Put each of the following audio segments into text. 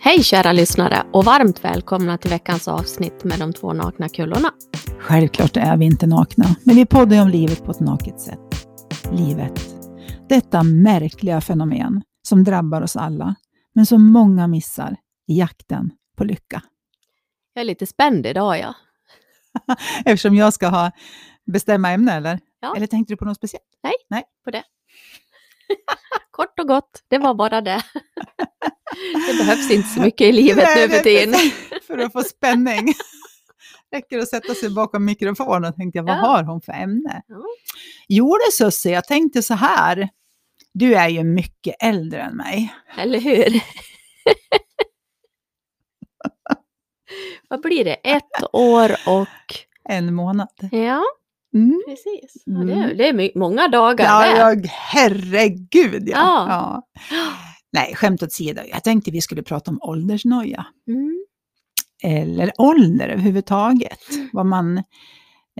Hej kära lyssnare och varmt välkomna till veckans avsnitt med de två nakna kullorna. Självklart är vi inte nakna, men vi poddar ju om livet på ett naket sätt. Livet. Detta märkliga fenomen som drabbar oss alla, men som många missar i jakten på lycka. Jag är lite spänd idag ja. Eftersom jag ska ha bestämma ämne, eller? Ja. Eller tänkte du på något speciellt? Kort och gott, det var bara det. Det behövs inte så mycket i livet nu Nej, för det är tiden. precis, För att få spänning. Räcker att sätta sig bakom mikrofonen och tänka, vad Ja. har hon för ämne? Ja. Jo det Susie, jag tänkte så här. Du är ju mycket äldre än mig. Eller hur? Vad blir det? Ett år och... En månad. Ja, Mm. precis. Ja, det, är, det är my- många dagar Ja, det. jag, herregud ja. Ja. Nej, skämt åsido. Jag tänkte vi skulle prata om åldersnoja. Mm. Eller ålder överhuvudtaget. Vad man,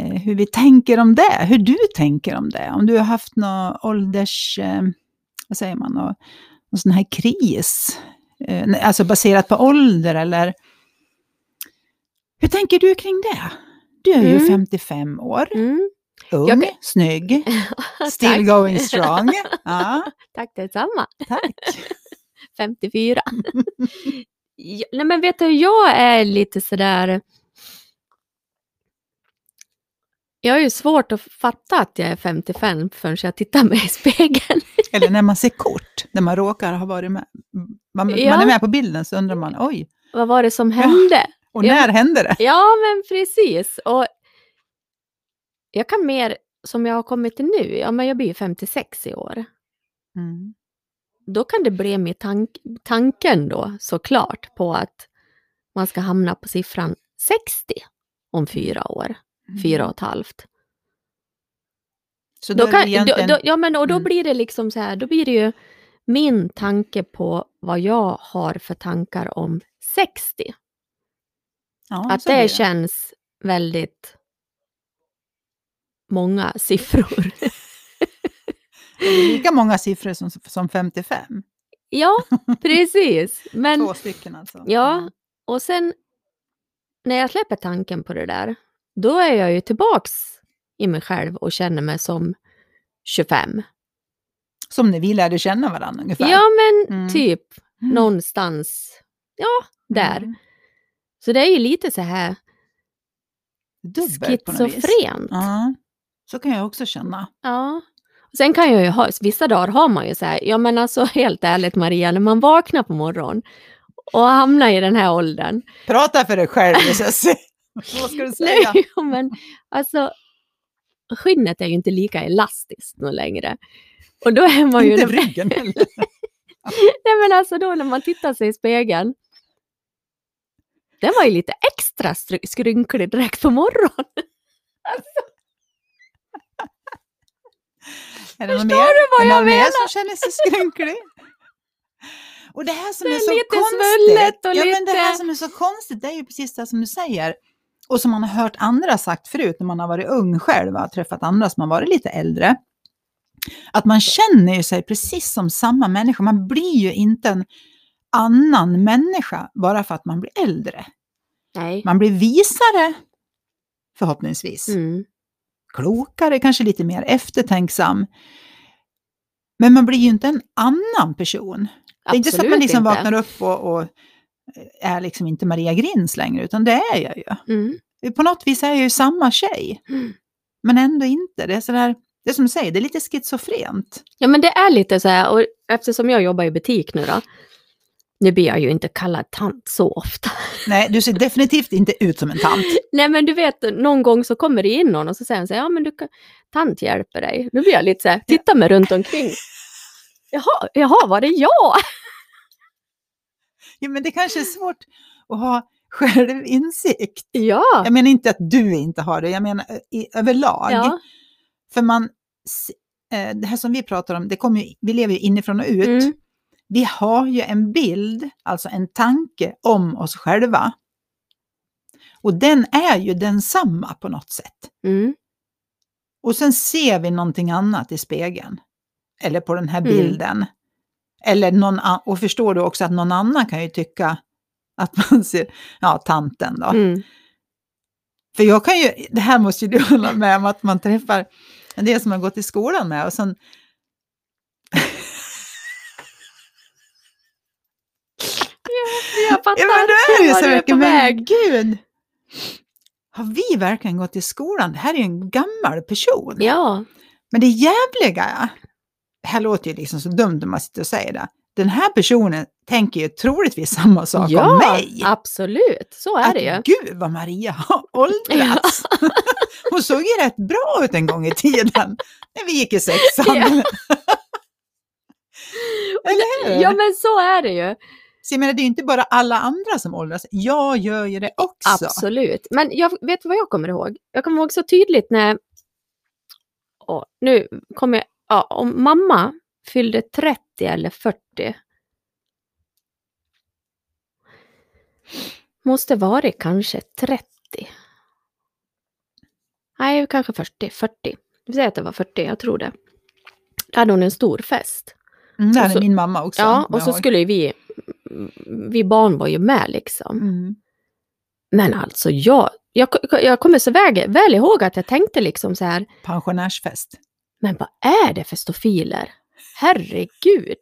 eh, hur vi tänker om det. Hur du tänker om det. Om du har haft någon ålders... Eh, vad säger man? Någon, någon sån här kris. Eh, nej, alltså baserat på ålder eller... Hur tänker du kring det? Du är ju Mm. 55 år, Mm. ung, Jag kan- snygg, still Tack. going strong. Ja. Tack detsamma. Tack. 54. Ja, Nej men vet du, jag är lite sådär... Jag har ju svårt att fatta att jag är 55 förrän jag tittar mig i spegeln. Eller när man ser kort, när man råkar ha varit med. Man, Ja. man är med på bilden så undrar man, oj, Vad var det som hände? och Ja. när hände det? Ja, men precis. Och jag kan mer, som jag har kommit till nu, ja men jag blir ju 56 i år. Mm. Då kan det bli med tank, tanken då såklart på att man ska hamna på siffran 60 om fyra år, fyra och ett halvt. Så Då Mm. då, är kan, det egentligen, då, då, ja, men och då Mm. blir det liksom så här, då blir det ju min tanke på vad jag har för tankar om 60. ja, Att så blir det känns väldigt många siffror. det är lika många siffror som, som 55. ja, precis. Men, Två stycken alltså. ja, och sen när jag släpper tanken på det där, då är jag ju tillbaks i mig själv och känner mig som 25. Som när vi lärde känna varandra ungefär. Ja, men Mm. typ Mm. någonstans, ja, där. Mm. Så det är ju lite så här Dubbelt på något vis. schizofrent. Ja, så kan jag också känna. Ja. Sen kan jag ju ha, vissa dagar har man ju så här, ja men alltså helt ärligt Maria, när man vaknar på morgonen och hamnar i den här åldern. Prata för dig själv, Sussie. Vad ska du Nej, säga? ja, men alltså skinnet är ju inte lika elastiskt nu längre. Och då är man ju... Inte ryggen heller. Nej men alltså då när man tittar sig i spegeln. Den var ju lite extra stry- skrynklig direkt på morgonen. Är det något Förstår mer? du vad Men jag någon mer menar? som känner sig skrynklig? Och det här som Det är, är så lite svullet konstigt. och ja, men det här lite- som är så konstigt, det är ju precis det som du säger. Och som man har hört andra sagt förut när man har varit ung själv och har träffat andra som har varit lite äldre. Att man känner ju sig precis som samma människa. Man blir ju inte en annan människa bara för att man blir äldre. Nej. Man blir visare, förhoppningsvis Mm. klokare, kanske lite mer eftertänksam. Men man blir ju inte en annan person. det är inte så att man Absolut liksom inte. vaknar upp och, och är liksom inte Maria Grins längre, utan det är jag ju. Mm. På något vis är jag ju samma tjej, Mm. men ändå inte. Det är sådär, det är som du säger, det är lite schizofrent. Ja men det är lite så här, och eftersom jag jobbar i butik nu då. Nu blir jag ju inte kallad tant så ofta. Nej, du ser definitivt inte ut som en tant. Nej men du vet, någon gång så kommer det in någon och så säger han så här, ja men du kan, tant hjälper dig. Nu blir jag lite så här, titta mig runt omkring. Jaha, jaha, var det jag? Ja, men det kanske är svårt att ha självinsikt. Ja, Jag menar inte att du inte har det, jag menar i, överlag. ja. För man, s- eh, det här som vi pratar om, det kommer ju, vi lever ju inifrån och ut. Mm. Vi har ju en bild, alltså en tanke om oss själva. Och den är ju densamma på något sätt. Mm. Och sen ser vi någonting annat i spegeln. Eller på den här Mm. bilden. Eller någon, a- och förstår du också att någon annan kan ju tycka Att man ser, ja, tanten då. Mm. För jag kan ju, det här måste ju du hålla med om, att man träffar en del som man gått i skolan med och sen... Jag fattar. Ja, men då är det ju Var så du är på mycket, men väg. gud! Har vi verkligen gått i skolan? Det här är ju en gammal person. Ja, Men det jävliga, det här låter ju liksom så dumt när man sitter och säger det, den här personen tänker ju troligtvis samma sak ja om mig. absolut. Så är Att, det ju. Gud vad Maria har åldrats! Hon såg ju rätt bra ut en gång i tiden, när vi gick i sexan. Ja. Eller hur? Ja, men så är det ju. Så jag menar, det är ju inte bara alla andra som åldras, jag gör ju det också. Absolut. Men jag vet vad jag kommer ihåg? Jag kommer ihåg så tydligt när... Åh, nu kommer jag... Ja, om mamma fyllde 30 eller 40. Måste varit kanske 30. Nej, kanske 40. 40. Vi säger att det var 40, jag tror det. Då hade hon en stor fest. Mm, Det Och hade så- min mamma också. ja, kommer och så jag ihåg. skulle ju vi... Vi barn var ju med liksom. Mm. Men alltså jag, jag, jag kommer så väl, väl ihåg att jag tänkte liksom så här, Pensionärsfest. men vad är det för stofiler? Herregud!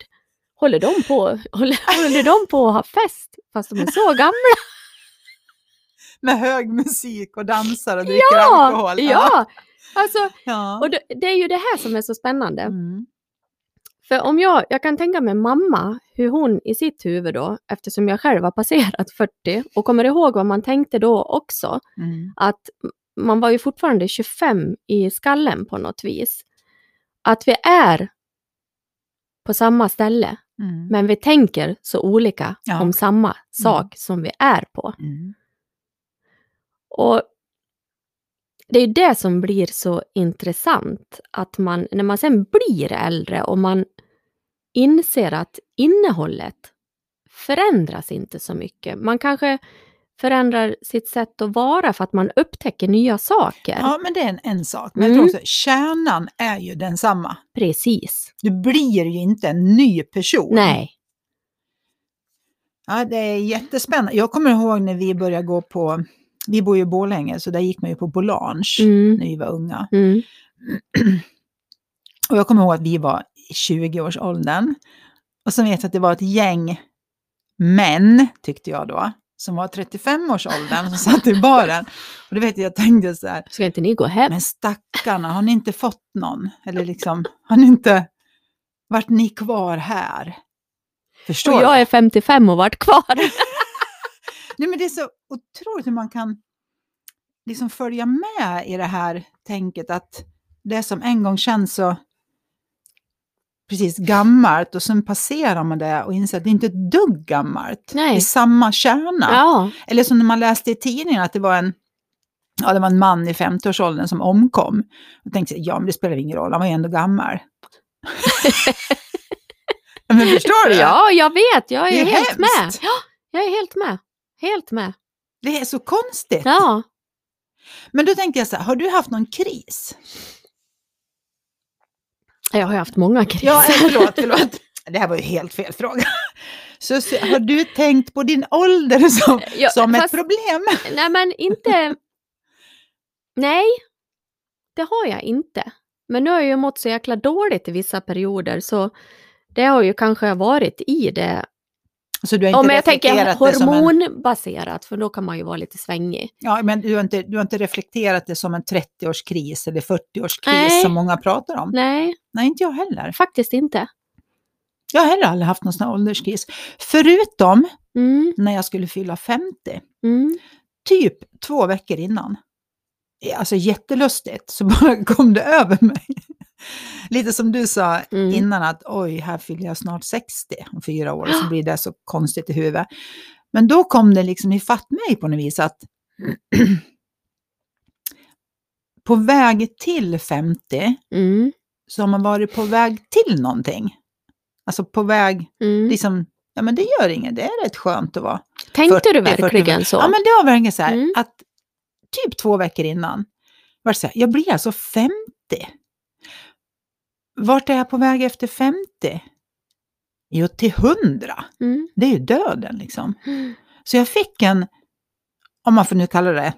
Håller de på, håller, håller de på att ha fest fast de är så gamla? Med hög musik och dansar och dricker alkohol. ja! Alltså, ja. och det, det är ju det här som är så spännande. Mm. För om jag, jag kan tänka mig mamma, hur hon i sitt huvud då, eftersom jag själv har passerat 40 och kommer ihåg vad man tänkte då också, Mm. att man var ju fortfarande 25 i skallen på något vis. Att vi är på samma ställe, Mm. men vi tänker så olika Ja. om samma sak som vi är på. Mm. Och det är ju det som blir så intressant, att man, när man sen blir äldre och man inser att innehållet förändras inte så mycket. Man kanske förändrar sitt sätt att vara för att man upptäcker nya saker. Ja, men det är en, en sak. Men Mm. jag tror också, kärnan är ju densamma. Precis. Du blir ju inte en ny person. Nej. Ja, det är jättespännande. Jag kommer ihåg när vi började gå på, vi bor ju i Borlänge, så där gick man ju på Bolange Mm. när vi var unga. Mm. Och jag kommer ihåg att vi var i 20-årsåldern. Och så vet jag att det var ett gäng män, tyckte jag då, som var 35-årsåldern som satt i baren. Och då vet jag, jag tänkte så här, Ska inte ni gå hem? men stackarna, har ni inte fått någon? Eller liksom, har ni inte varit ni kvar här? Förstår och du? jag är 55 och varit kvar. Nej, men det är så otroligt hur man kan liksom följa med i det här tänket att det som en gång känns så precis gammalt och sen passerar man det och inser att det inte är ett dugg gammalt. Nej. Det är samma kärna. Ja. Eller som när man läste i tidningen att det var en Ja, det var en man i 50-årsåldern som omkom. Jag tänkte, jag, ja men det spelar ingen roll, han var ju ändå gammal. Ja, men förstår du? ja, jag vet. Jag är, Det är helt hemskt. med. Ja, jag är helt med. Helt med. Det är så konstigt. Ja. Men då tänkte jag så här, har du haft någon kris? Jag har ju haft många kriser. Ja, eh, förlåt, förlåt. Det här var ju helt fel fråga. Så, så har du tänkt på din ålder som, Ja, som ett fast- problem? Nej, men inte... Nej, det har jag inte. Men nu har jag ju mått så jäkla dåligt i vissa perioder så det har ju kanske varit i det. Så du har inte Ja, men jag tänker reflekterat det som en, hormonbaserat, för då kan man ju vara lite svängig. ja, men du, har inte, du har inte reflekterat det som en 30-årskris eller 40-årskris Nej. som många pratar om? Nej, Nej, inte jag heller. faktiskt inte. Jag har heller aldrig haft någon sån här ålderskris. Förutom Mm, när jag skulle fylla 50. mm. typ två veckor innan. Alltså jättelustigt, så bara kom det över mig. Lite som du sa Mm. innan att oj, här fyller jag snart 60 om fyra år, så blir det så konstigt i huvudet. Men då kom det liksom ifatt mig på något vis att på väg till 50 Mm, så har man varit på väg till någonting. Alltså på väg, mm. liksom, ja men det gör inget, det är rätt skönt att vara Tänkte du 40, verkligen så? Ja, men det var verkligen så här Mm. att typ två veckor innan var det så här, jag blir alltså 50. Vart är jag på väg efter 50? Jo, till 100. Mm. Det är ju döden liksom. Så jag fick en, om man får nu kalla det,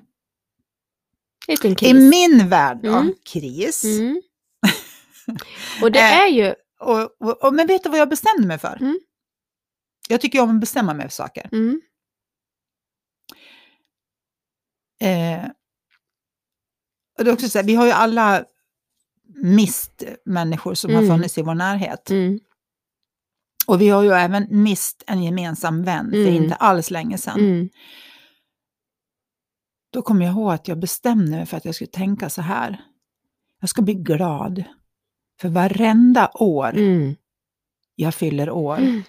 Liten i kris. min värld, då, Mm. kris. Mm. Och det Eh, är ju... Och, och, och, men vet du vad jag bestämde mig för? Mm. Jag tycker om att bestämma mig för saker. Mm, Eh, och det är också så här, vi har ju alla mist människor som Mm. har funnits i vår närhet. mm, Och vi har ju även mist en gemensam vän för Mm. inte alls länge sedan. mm, Då kommer jag ihåg att jag bestämde mig för att jag skulle tänka så här. Jag ska bli glad för varenda år mm, jag fyller år Mm.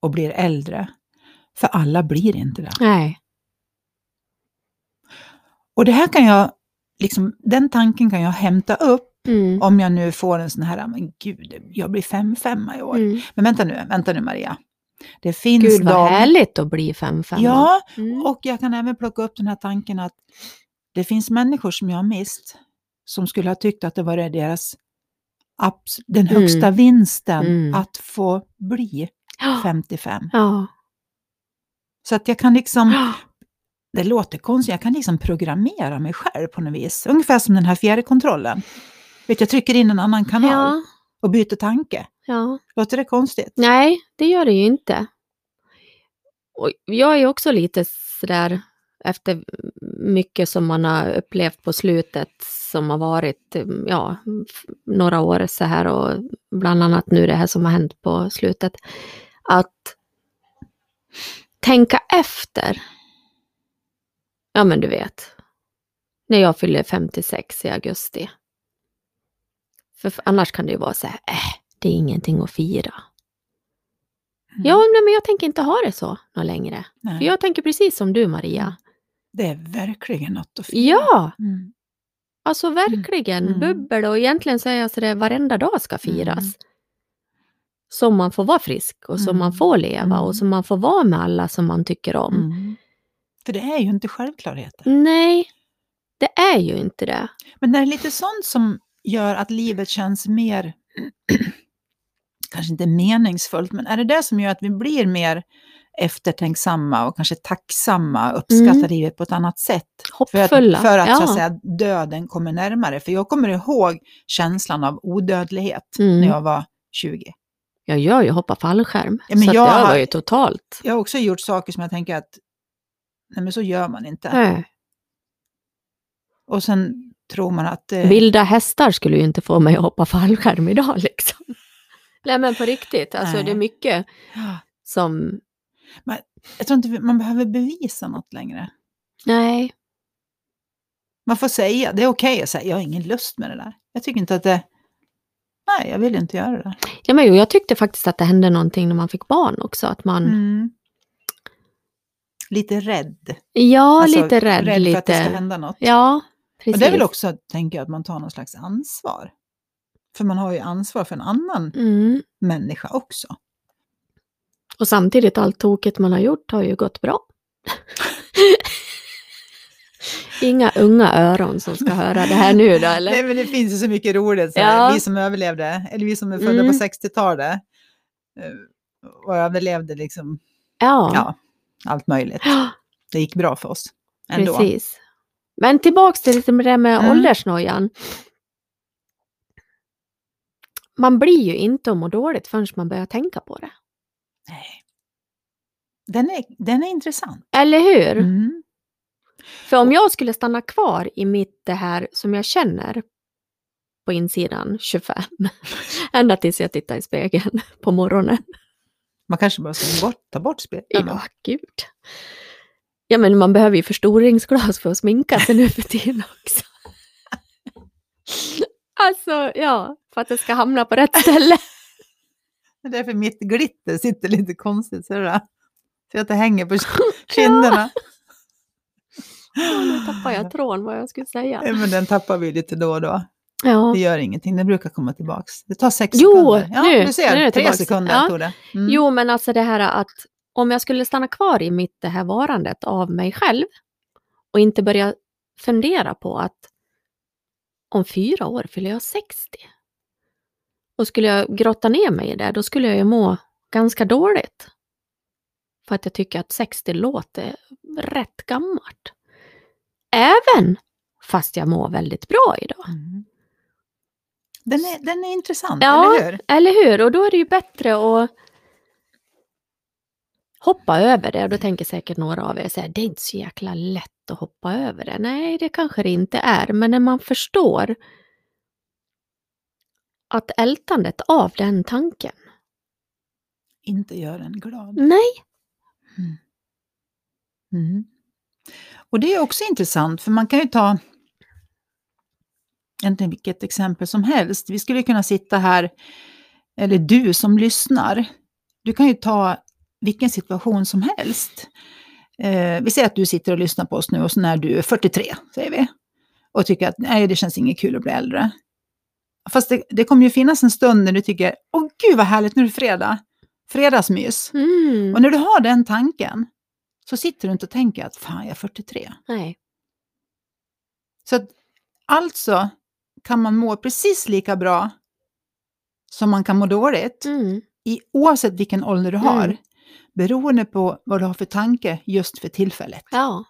och blir äldre. För alla blir inte det. nej. Och det här kan jag, liksom, den tanken kan jag hämta upp Mm, om jag nu får en sån här, men gud, jag blir fem femma i år. mm. Men vänta nu, vänta nu Maria. Det finns Gud vad de... härligt att bli fem femma. Ja, Mm. och jag kan även plocka upp den här tanken att det finns människor som jag har mist som skulle ha tyckt att det var det deras abs- den Mm. högsta vinsten Mm. Ah. att få bli 55. Ja. Så att jag kan liksom, Ja. det låter konstigt, jag kan liksom programmera mig själv på något vis. Ungefär som den här fjärrkontrollen. Vet, jag trycker in en annan kanal Ja. och byter tanke. ja. Låter det konstigt? Nej, det gör det ju inte. Och jag är också lite sådär efter mycket som man har upplevt på slutet som har varit ja, f- några år så här och bland annat nu det här som har hänt på slutet. Att tänka efter. Ja men du vet. När jag fyller 56 i augusti. För f- annars kan det ju vara så här, äh, det är ingenting att fira. Ja, nej, men jag tänker inte ha det så något längre. För Mm. Nej, Mm. jag tänker precis som du Maria. Det är verkligen något att fira. Ja, Mm. alltså verkligen. Mm. Bubbel och egentligen säger jag så det varenda dag ska firas. Mm. Som man får vara frisk och som Mm. man får leva Mm. och som man får vara med alla som man tycker om. Mm. För det är ju inte självklarheter. Nej, det är ju inte det. Men det är lite sånt som gör att livet känns mer, kanske inte meningsfullt, men är det det som gör att vi blir mer eftertänksamma och kanske tacksamma och uppskattar Mm. livet på ett annat sätt? För att, Hoppfulla. för att, ja. så att säga, döden kommer närmare. För jag kommer ihåg känslan av odödlighet Mm. när jag var 20. Jag gör ju hoppa fallskärm. Ja, men så att jag det här har- var ju totalt. Jag har också gjort saker som jag tänker att, nej men så gör man inte. Nej. Och sen tror man att... eh, Vilda hästar skulle ju inte få mig att hoppa fallskärm idag liksom. Nej men på riktigt, alltså Nej. det är mycket "Ah, som... Jag tror inte vi- man behöver bevisa något längre. Nej, Man får säga, det är okej att säga, jag har ingen lust med det där. Jag tycker inte att det... Nej, jag vill inte göra det där. ja, men jo, jag tyckte faktiskt att det hände någonting när man fick barn också. Att man, Mm. Lite rädd. Ja, Alltså, lite rädd. rädd för att det ska lite. hända något. Ja, precis. och det är väl också, tänker jag, att man tar någon slags ansvar. För man har ju ansvar för en annan mm. människa också. Och samtidigt, allt tokigt man har gjort har ju gått bra. Inga unga öron som ska höra det här nu då, Nej, eller? men det finns ju så mycket roligt. Så Ja. Vi som överlevde, eller vi som är födda Mm. på 60-talet eh, och överlevde liksom, Ja, ja, allt möjligt. ja Det gick bra för oss ändå. precis. Men tillbaks till lite med det med Mm. åldersnojan. Man blir ju inte att må dåligt förrän man börjar tänka på det. Nej. Den är, den är intressant. Eller hur? Mm. För om jag skulle stanna kvar i mitt det här som jag känner på insidan 25, ända tills jag tittar i spegeln på morgonen. Man kanske bara ska bort, ta bort speglarna. Ja, Ah, gud. Ja, men man behöver ju förstoringsglas för att sminka sig nu för tiden också. Alltså, ja, för att det ska hamna på rätt ställe. Det är därför mitt glitter sitter lite konstigt. Ser du det? Ser att det hänger på kinderna. Ja, nu tappar jag tråden vad jag skulle säga. Nej, Men den tappar vi lite då och då. Ja. Det gör ingenting, den brukar komma tillbaks. Det tar sex Jo, sekunder. Ja, nu, du ser, nu är det tre tillbaks. sekunder Ja. tog det. Mm. Jo, men alltså det här att om jag skulle stanna kvar i mitt det här varandet av mig själv och inte börja fundera på att om fyra år fyller jag 60. Och skulle jag grotta ner mig i det, då skulle jag ju må ganska dåligt. För att jag tycker att 60 låter rätt gammalt. Även fast jag mår väldigt bra idag. Mm. Den, är, den är intressant, Ja. eller hur? Eller hur? Och då är det ju bättre att hoppa över det. Och då tänker säkert några av er så här, det är inte så jäkla lätt att hoppa över det. Nej, det kanske det inte är. Men när man förstår att ältandet av den tanken, Inte gör en glad. nej, Mm. Och det är också intressant, för man kan ju ta egentligen vilket exempel som helst. Vi skulle kunna sitta här, eller du som lyssnar, du kan ju ta vilken situation som helst. Eh, vi säger att du sitter och lyssnar på oss nu och så när du är 43, säger vi, och tycker att nej, det känns inget kul att bli äldre. Fast det, det kommer ju finnas en stund när du tycker, åh gud vad härligt, nu är det fredag, fredagsmys. mm, Och när du har den tanken så sitter du inte och tänker att fan, jag är 43. nej, Så att, alltså kan man må precis lika bra som man kan må dåligt, mm, i, oavsett vilken ålder du har, Mm. beroende på vad du har för tanke just för tillfället. ja.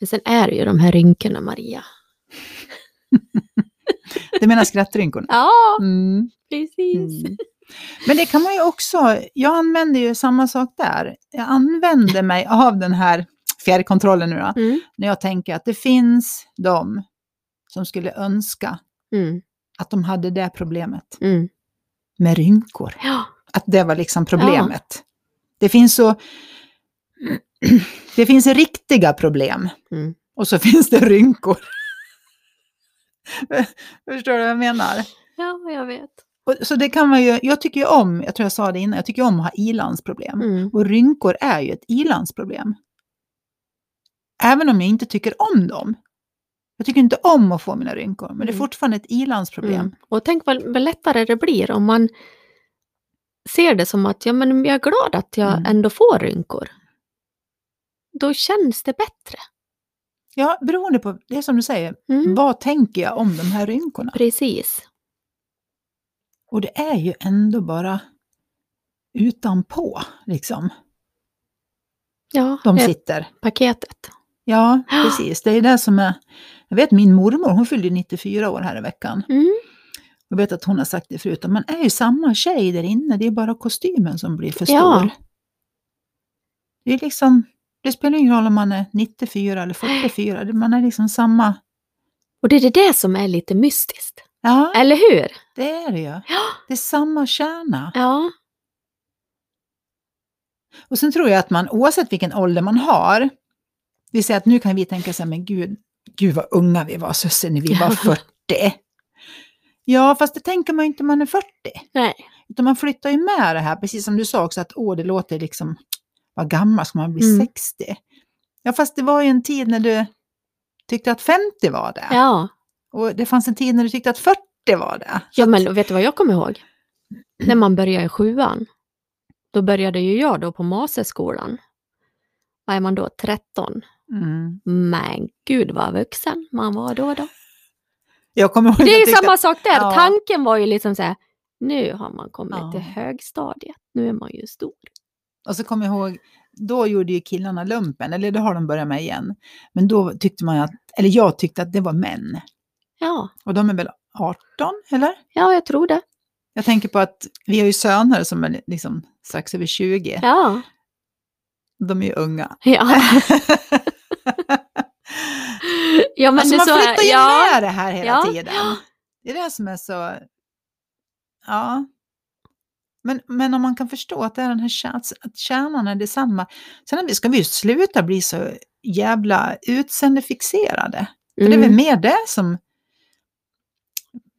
Men sen är det ju de här rynkorna, Maria. Du menar skrattrynkorna? Ja, Mm. precis. Mm. Men det kan man ju också, jag använder ju samma sak där. Jag använder mig av den här fjärrkontrollen nu då, Mm. när jag tänker att det finns de som skulle önska Mm. att de hade det problemet Mm. med rynkor. Ja, Att det var liksom problemet. Det finns så... Det finns riktiga problem Mm. och så finns det rynkor. Förstår du vad jag menar? ja, jag vet. Och, så det kan man ju, jag tycker ju om, jag tror jag sa det innan, jag tycker om att ha ilandsproblem. Mm. Och rynkor är ju ett ilandsproblem. Även om jag inte tycker om dem. Jag tycker inte om att få mina rynkor, men det är Mm. fortfarande ett ilandsproblem. Mm. Och tänk vad, vad lättare det blir om man ser det som att ja, men jag är glad att jag Mm. ändå får rynkor. Då känns det bättre. Ja, beroende på, det är som du säger, Mm. vad tänker jag om de här rynkorna? Precis. Och det är ju ändå bara utanpå, liksom, Ja, de det är sitter. paketet. Ja, precis. Det är det som är... Jag vet min mormor, hon fyllde 94 år här i veckan. Mm. Jag vet att hon har sagt det förut, att man är ju samma tjej där inne, det är bara kostymen som blir för stor. Ja. Det är liksom, det spelar ingen roll om man är 94 eller 44, man är liksom samma... Och det är det där som är lite mystiskt. Ja, Eller hur? det är det ju. Ja. Det är samma kärna. Ja. Och sen tror jag att man oavsett vilken ålder man har, vi säger att nu kan vi tänka så här, men gud, gud vad unga vi var, Susse, när vi var 40. Ja, fast det tänker man ju inte när man är 40. Nej. Utan man flyttar ju med det här, precis som du sa också, att åh, det låter liksom, vad gammal ska man bli, Mm. 60? Ja, fast det var ju en tid när du tyckte att 50 var det. Ja. Och det fanns en tid när du tyckte att 40 var det. Ja, men vet du vad jag kommer ihåg? När man började i sjuan. Då började ju jag då på Maseskolan. Vad är man då? 13? Mm. Men gud vad vuxen man var då då. Jag kommer ihåg att Det jag är ju tyckte samma sak där. ja. Tanken var ju liksom så här, nu har man kommit Ja. till högstadiet, nu är man ju stor. Och så kommer jag ihåg, då gjorde ju killarna lumpen, eller det har de börjat med igen. Men då tyckte man att, eller jag tyckte att det var män. Ja, Och de är väl 18, eller? ja jag tror det. Jag tänker på att vi har ju söner som är liksom strax över 20. Ja, De är ju unga. ja. ja men alltså det är man så här, flyttar ju ja. med det här hela Ja. tiden. Det är det som är så... Ja. Men, men om man kan förstå att, det är den här kär, att kärnan är detsamma. Sen ska vi ju sluta bli så jävla utseendefixerade. För det är väl Mm. mer det som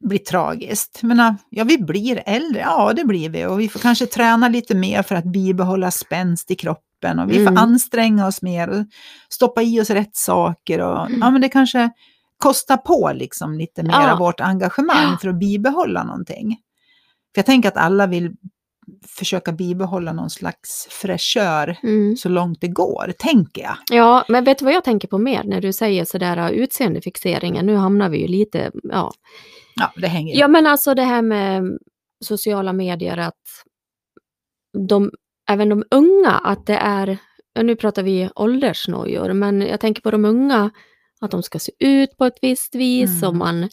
blir tragiskt. Jag menar, ja, vi blir äldre, ja det blir vi. Och vi får kanske träna lite mer för att bibehålla spänst i kroppen. Och vi Mm. får anstränga oss mer och stoppa i oss rätt saker. Och, ja, men det kanske kostar på liksom lite mer Mm. Ja. av vårt engagemang Ja. för att bibehålla någonting. För jag tänker att alla vill försöka bibehålla någon slags fräschör Mm. så långt det går, tänker jag. Ja, men vet du vad jag tänker på mer när du säger sådär uh, utseendefixeringen? Nu hamnar vi ju lite, ja. Ja, det hänger ju- Ja men alltså det här med sociala medier att de även de unga att det är, ja, nu pratar vi åldersnojor, men jag tänker på de unga, att de ska se ut på ett visst vis och Mm. man,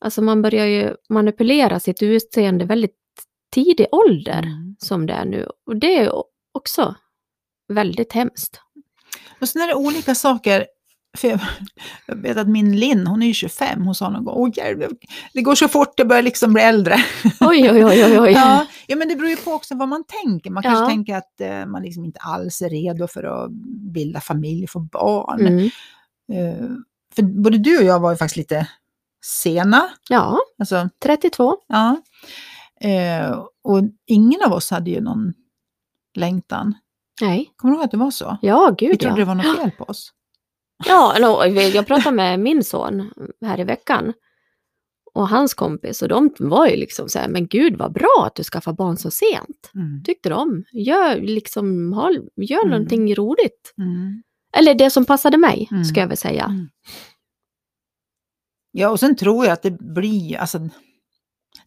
alltså man börjar ju manipulera sitt utseende väldigt tidig ålder Mm. som det är nu. Och det är ju också väldigt hemskt. Och sen är det olika saker. För jag, jag vet att min Linn, hon är ju 25, hon sa någon gång, åh hjälp, det går så fort, det börjar liksom bli äldre. Oj, oj, oj, oj, oj. Ja, ja, men det beror ju på också vad man tänker. Man kanske Ja. tänker att eh, man liksom inte alls är redo för att bilda familj, få barn. Mm. Eh, för både du och jag var ju faktiskt lite sena. Ja, Alltså, 32. ja. Eh, och ingen av oss hade ju någon längtan. Nej. Kommer du ihåg att det var så? Ja, gud Vi trodde det ja. var något fel på oss. Ja, no, jag pratade med min son här i veckan och hans kompis och de var ju liksom så här, men gud vad bra att du skaffar barn så sent. Mm. Tyckte de. Gör, liksom, ha, gör Mm. någonting roligt. Mm. Eller det som passade mig, Mm. ska jag väl säga. Mm. Ja, och sen tror jag att det blir, alltså,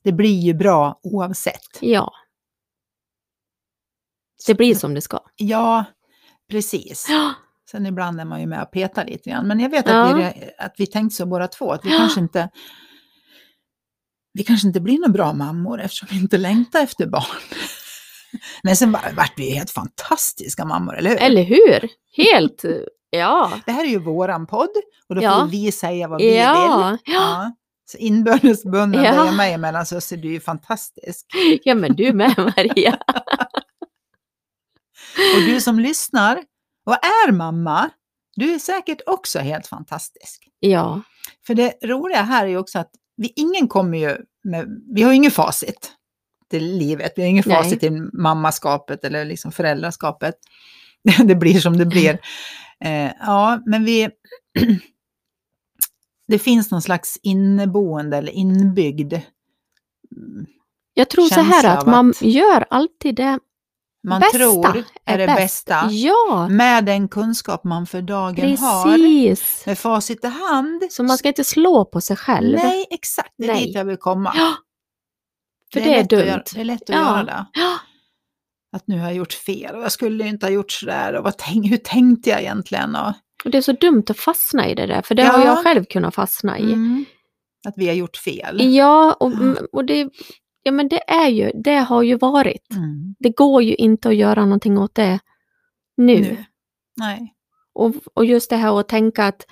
det blir ju bra oavsett. Ja. Det blir som det ska. Ja, precis. Ja, Sen ibland är man ju med och petar lite grann. Men jag vet Ja. att, vi, att vi tänkte så båda två, att vi Ja. kanske inte vi kanske inte blir några bra mammor eftersom vi inte längtar efter barn. Men sen var- vart vi ju helt fantastiska mammor, eller hur? Eller hur? Helt, ja. Det här är ju våran podd och då Ja. får vi säga vad vi vill. Ja. ja. Ja. Så inbördesbunden Ja. dig och mig emellan så ser du ju fantastisk. Ja, men du med Maria. Och du som lyssnar och är mamma, du är säkert också helt fantastisk. Ja. För det roliga här är ju också att vi, ingen kommer ju med, vi har ju ingen facit till livet, vi har ingen Nej. facit till mammaskapet eller liksom föräldraskapet. Det blir som det blir. Eh, ja, men vi... Det finns någon slags inneboende eller inbyggd... mm, Jag tror så Känsla här att av att- man gör alltid det Man Bästa tror är är det bäst. bästa. Ja, Med den kunskap man för dagen har, precis. med facit i hand. Så man ska inte slå på sig själv. Nej, exakt. Det är Nej. dit jag vill komma. Ja, för det är, lätt att Göra, dumt. det är lätt att Ja. göra det. Ja, Att nu har jag gjort fel och jag skulle ju inte ha gjort sådär och vad tänk, hur tänkte jag egentligen? Och, och det är så dumt att fastna i det där, för det har Ja. jag själv kunnat fastna i. mm, att vi har gjort fel. Ja, och, Ja. mm, och det, ja, men det är ju, det har ju varit. Mm, Det går ju inte att göra någonting åt det nu. nu. Nej. Och, och just det här att tänka att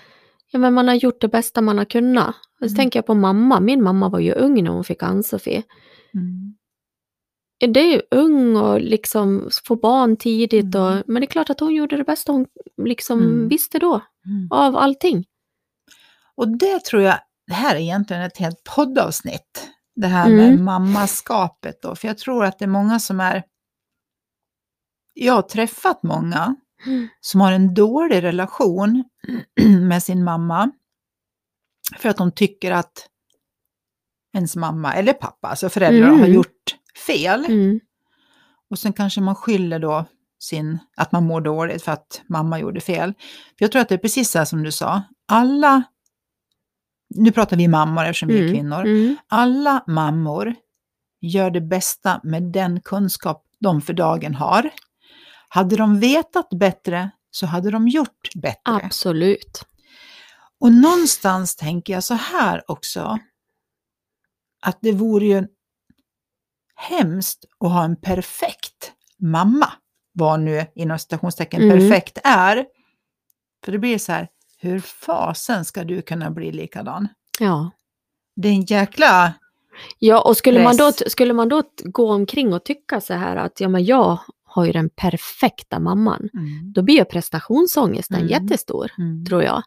ja, men man har gjort det bästa man har kunnat. Och så Mm. tänker jag på mamma, min mamma var ju ung när hon fick Ann-Sofie. Mm. det är ju ung och liksom få barn tidigt. Och, Mm. Men det är klart att hon gjorde det bästa hon liksom Mm. visste då Mm. av allting. Och det tror jag, det här är egentligen ett helt poddavsnitt. Det här med Mm. mammaskapet då, för jag tror att det är många som är... Jag har träffat många som har en dålig relation med sin mamma för att de tycker att ens mamma eller pappa, alltså föräldrar, har Mm. gjort fel. Mm. Och sen kanske man skyller då sin, att man mår dåligt för att mamma gjorde fel. För jag tror att det är precis så här som du sa, alla, nu pratar vi mammor eftersom vi är Mm. kvinnor, Mm. alla mammor gör det bästa med den kunskap de för dagen har. Hade de vetat bättre så hade de gjort bättre. Absolut. Och någonstans tänker jag så här också, att det vore ju hemskt att ha en perfekt mamma, vad nu inom citationstecken Mm. perfekt är. För det blir så här, hur fasen ska du kunna bli likadan? Ja. Det är en jäkla... ja, och skulle man, då, Press. skulle man då t- gå omkring och tycka så här att ja, men jag har ju den perfekta mamman, då blir ju prestationsångesten Mm. jättestor, Mm. tror jag.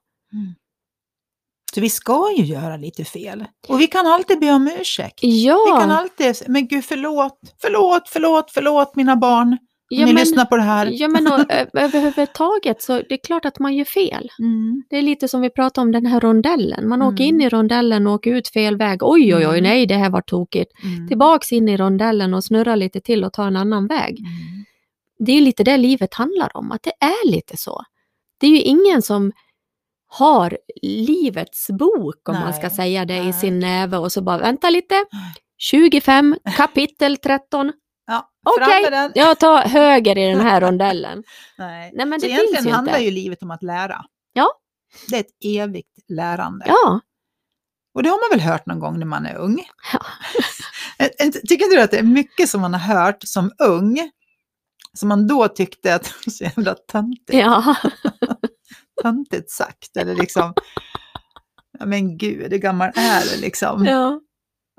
Så vi ska ju göra lite fel. Och vi kan alltid be om ursäkt. Vi kan Ja, alltid säga, men gud förlåt, förlåt, förlåt, förlåt mina barn. Om ja ni men, lyssnar på det här. ja, men och, ö- överhuvudtaget så det är klart att man gör fel. Mm. Det är lite som vi pratade om den här rondellen. Man Mm. åker in i rondellen och åker ut fel väg. Oj, oj, oj, Mm. nej, det här var tokigt. Mm. Tillbaks in i rondellen och snurra lite till och ta en annan väg. Mm. Det är lite det livet handlar om, att det är lite så. Det är ju ingen som har livets bok, om man ska Nej, säga det, i nej. sin näve och så bara vänta lite. Nej. 25, kapitel 13. Ja, fram Okej, med den. jag tar höger i den här rondellen. Nej. Nej men Så det finns egentligen ju handlar inte. ju livet om att lära. Ja. Det är ett evigt lärande. Ja, Och det har man väl hört någon gång när man är ung? Eh, Ja. Tycker inte du att det är mycket som man har hört som ung, som man då tyckte att det var så jävla töntigt, ja, töntigt sagt? Eller liksom, ja, men gud, hur gammal är du liksom? ja.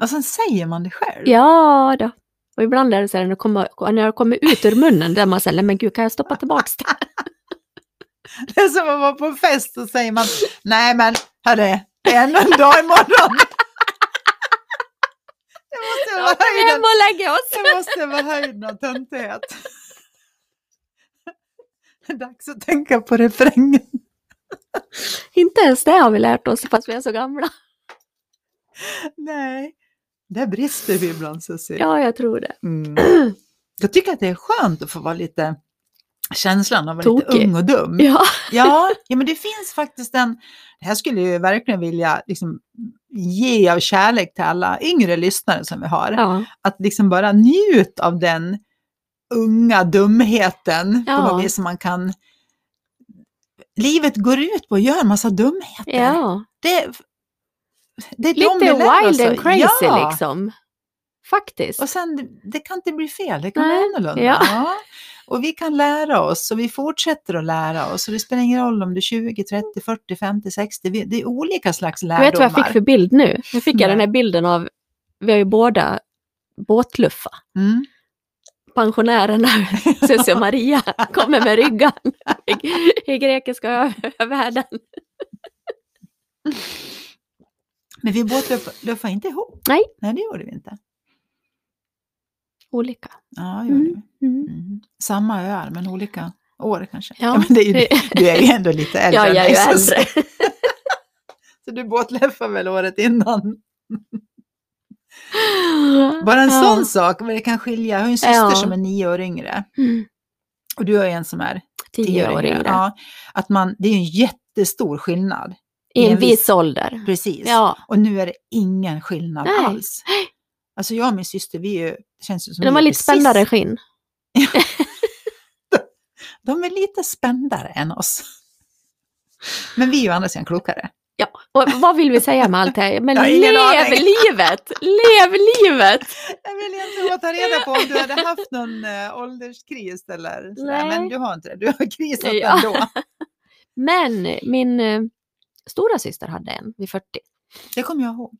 Och sen säger man det själv. ja då. Och ibland är det så här när det kommer, när det kommer ut ur munnen, där man säger, "Nej, men gud kan jag stoppa tillbaks det? Det är som att vara på fest och säger man, nej men hörru, det är ändå en dag imorgon. Det måste Då vara åker vi hem höjden, och lägger oss. det måste vara höjden av töntighet. Det är Dags att tänka på refrängen. Inte ens det har vi lärt oss fast vi är så gamla. Nej, där brister vi ibland Susie. Ja, jag tror det. Mm. Jag tycker att det är skönt att få vara lite, känslan av att vara lite Tokig. ung och dum. Ja, Ja, ja, men det finns faktiskt en... Det här skulle jag ju verkligen vilja liksom, ge av kärlek till alla yngre lyssnare som vi har. ja, Att liksom bara njut av den unga dumheten på Ja. något vis som man kan... Livet går ut på att göra en massa dumheter. ja. Det, det är Lite de vi lär oss wild and av. crazy ja. liksom. Faktiskt. Och sen, det- det kan inte bli fel, det kan Nej, bli annorlunda. ja. Ja. Och vi kan lära oss och vi fortsätter att lära oss. Och det spelar ingen roll om du är 20, 30, 40, 50, 60. Vi- Det är olika slags Jag lärdomar. vet vad jag fick för bild nu? Nu fick jag Nej. den här bilden av, vi har ju båda båtluffa. mm. Pensionärerna Susie och Maria kommer med ryggan i, i grekiska ö- världen. Men vi båtluffade inte ihop. Nej. Nej, det gjorde vi inte. Olika. Ja, det gjorde Mm. vi. Mm. Samma öar, men olika år kanske. Ja, men det är ju, det- du är ju ändå lite äldre Ja, än jag är mig, ju så- äldre. Så du båtluffade väl året innan? Bara en Ja. sån sak, men det kan skilja. Jag har ju en syster Ja. som är nio år yngre Mm. och du har ju en som är Tio år yngre. Ja, att man, det är ju en jättestor skillnad. I i en en viss- viss ålder. Precis. Ja, Och nu är det ingen skillnad Nej. alls. Alltså jag och min syster, vi är ju, det känns ju som de vi har är lite precis- spännare skinn. De är lite spändare än oss. Men vi är ju å andra sidan klokare. Och vad vill vi säga med allt det här? Men Jag har ingen lev aning. livet! Lev livet! Jag vill egentligen bara ta reda på om du hade haft någon eh, ålderskris eller sådär. Nej. Men du har inte det, du har krisat Ja. ändå. Men min eh, stora syster hade en vid 40. Det kommer jag ihåg.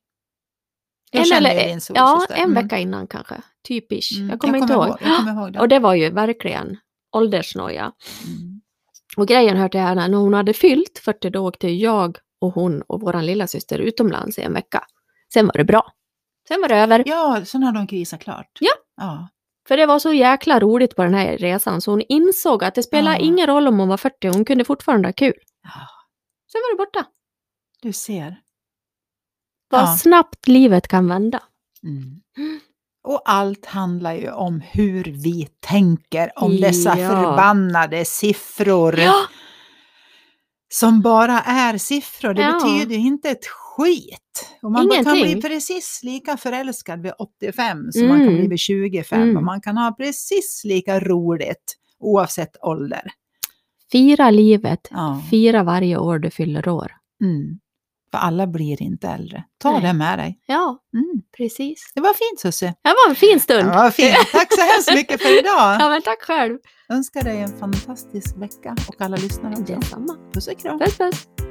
Jag En, känner ju eller, din ja, storsyster. en Mm, vecka innan kanske. Typisch. mm. Jag kommer inte ihåg. Jag kommer ihåg det. Och det var ju verkligen åldersnoja. Mm. Och grejen hör till här när hon hade fyllt 40 då åkte jag och hon och vår lilla syster utomlands i en vecka. Sen var det bra. Sen var det över. Ja, sen har de krisat klart. Ja. ja. För det var så jäkla roligt på den här resan så hon insåg att det spelar Ja. ingen roll om hon var 40, hon kunde fortfarande ha kul. Ja, Sen var det borta. Du ser. Vad Ja. snabbt livet kan vända. Mm. Och allt handlar ju om hur vi tänker om dessa Ja. förbannade siffror Ja, som bara är siffror. Det Ja. betyder ju inte ett skit. Och man kan bli Ingenting. precis lika förälskad vid 85 som man kan Mm. bli vid 25 och Mm. man kan ha precis lika roligt oavsett ålder. fira livet. Ja. Fira varje år du fyller år. Mm. För alla blir inte äldre. Ta Nej. det med dig. Ja, Mm. precis. Det var fint Susie. Det var en fin stund. Ja, Ja, fint. Tack så hemskt mycket för idag. men tack själv. önskar dig en fantastisk vecka och alla lyssnare också. Detsamma. Puss och kram! Puss puss.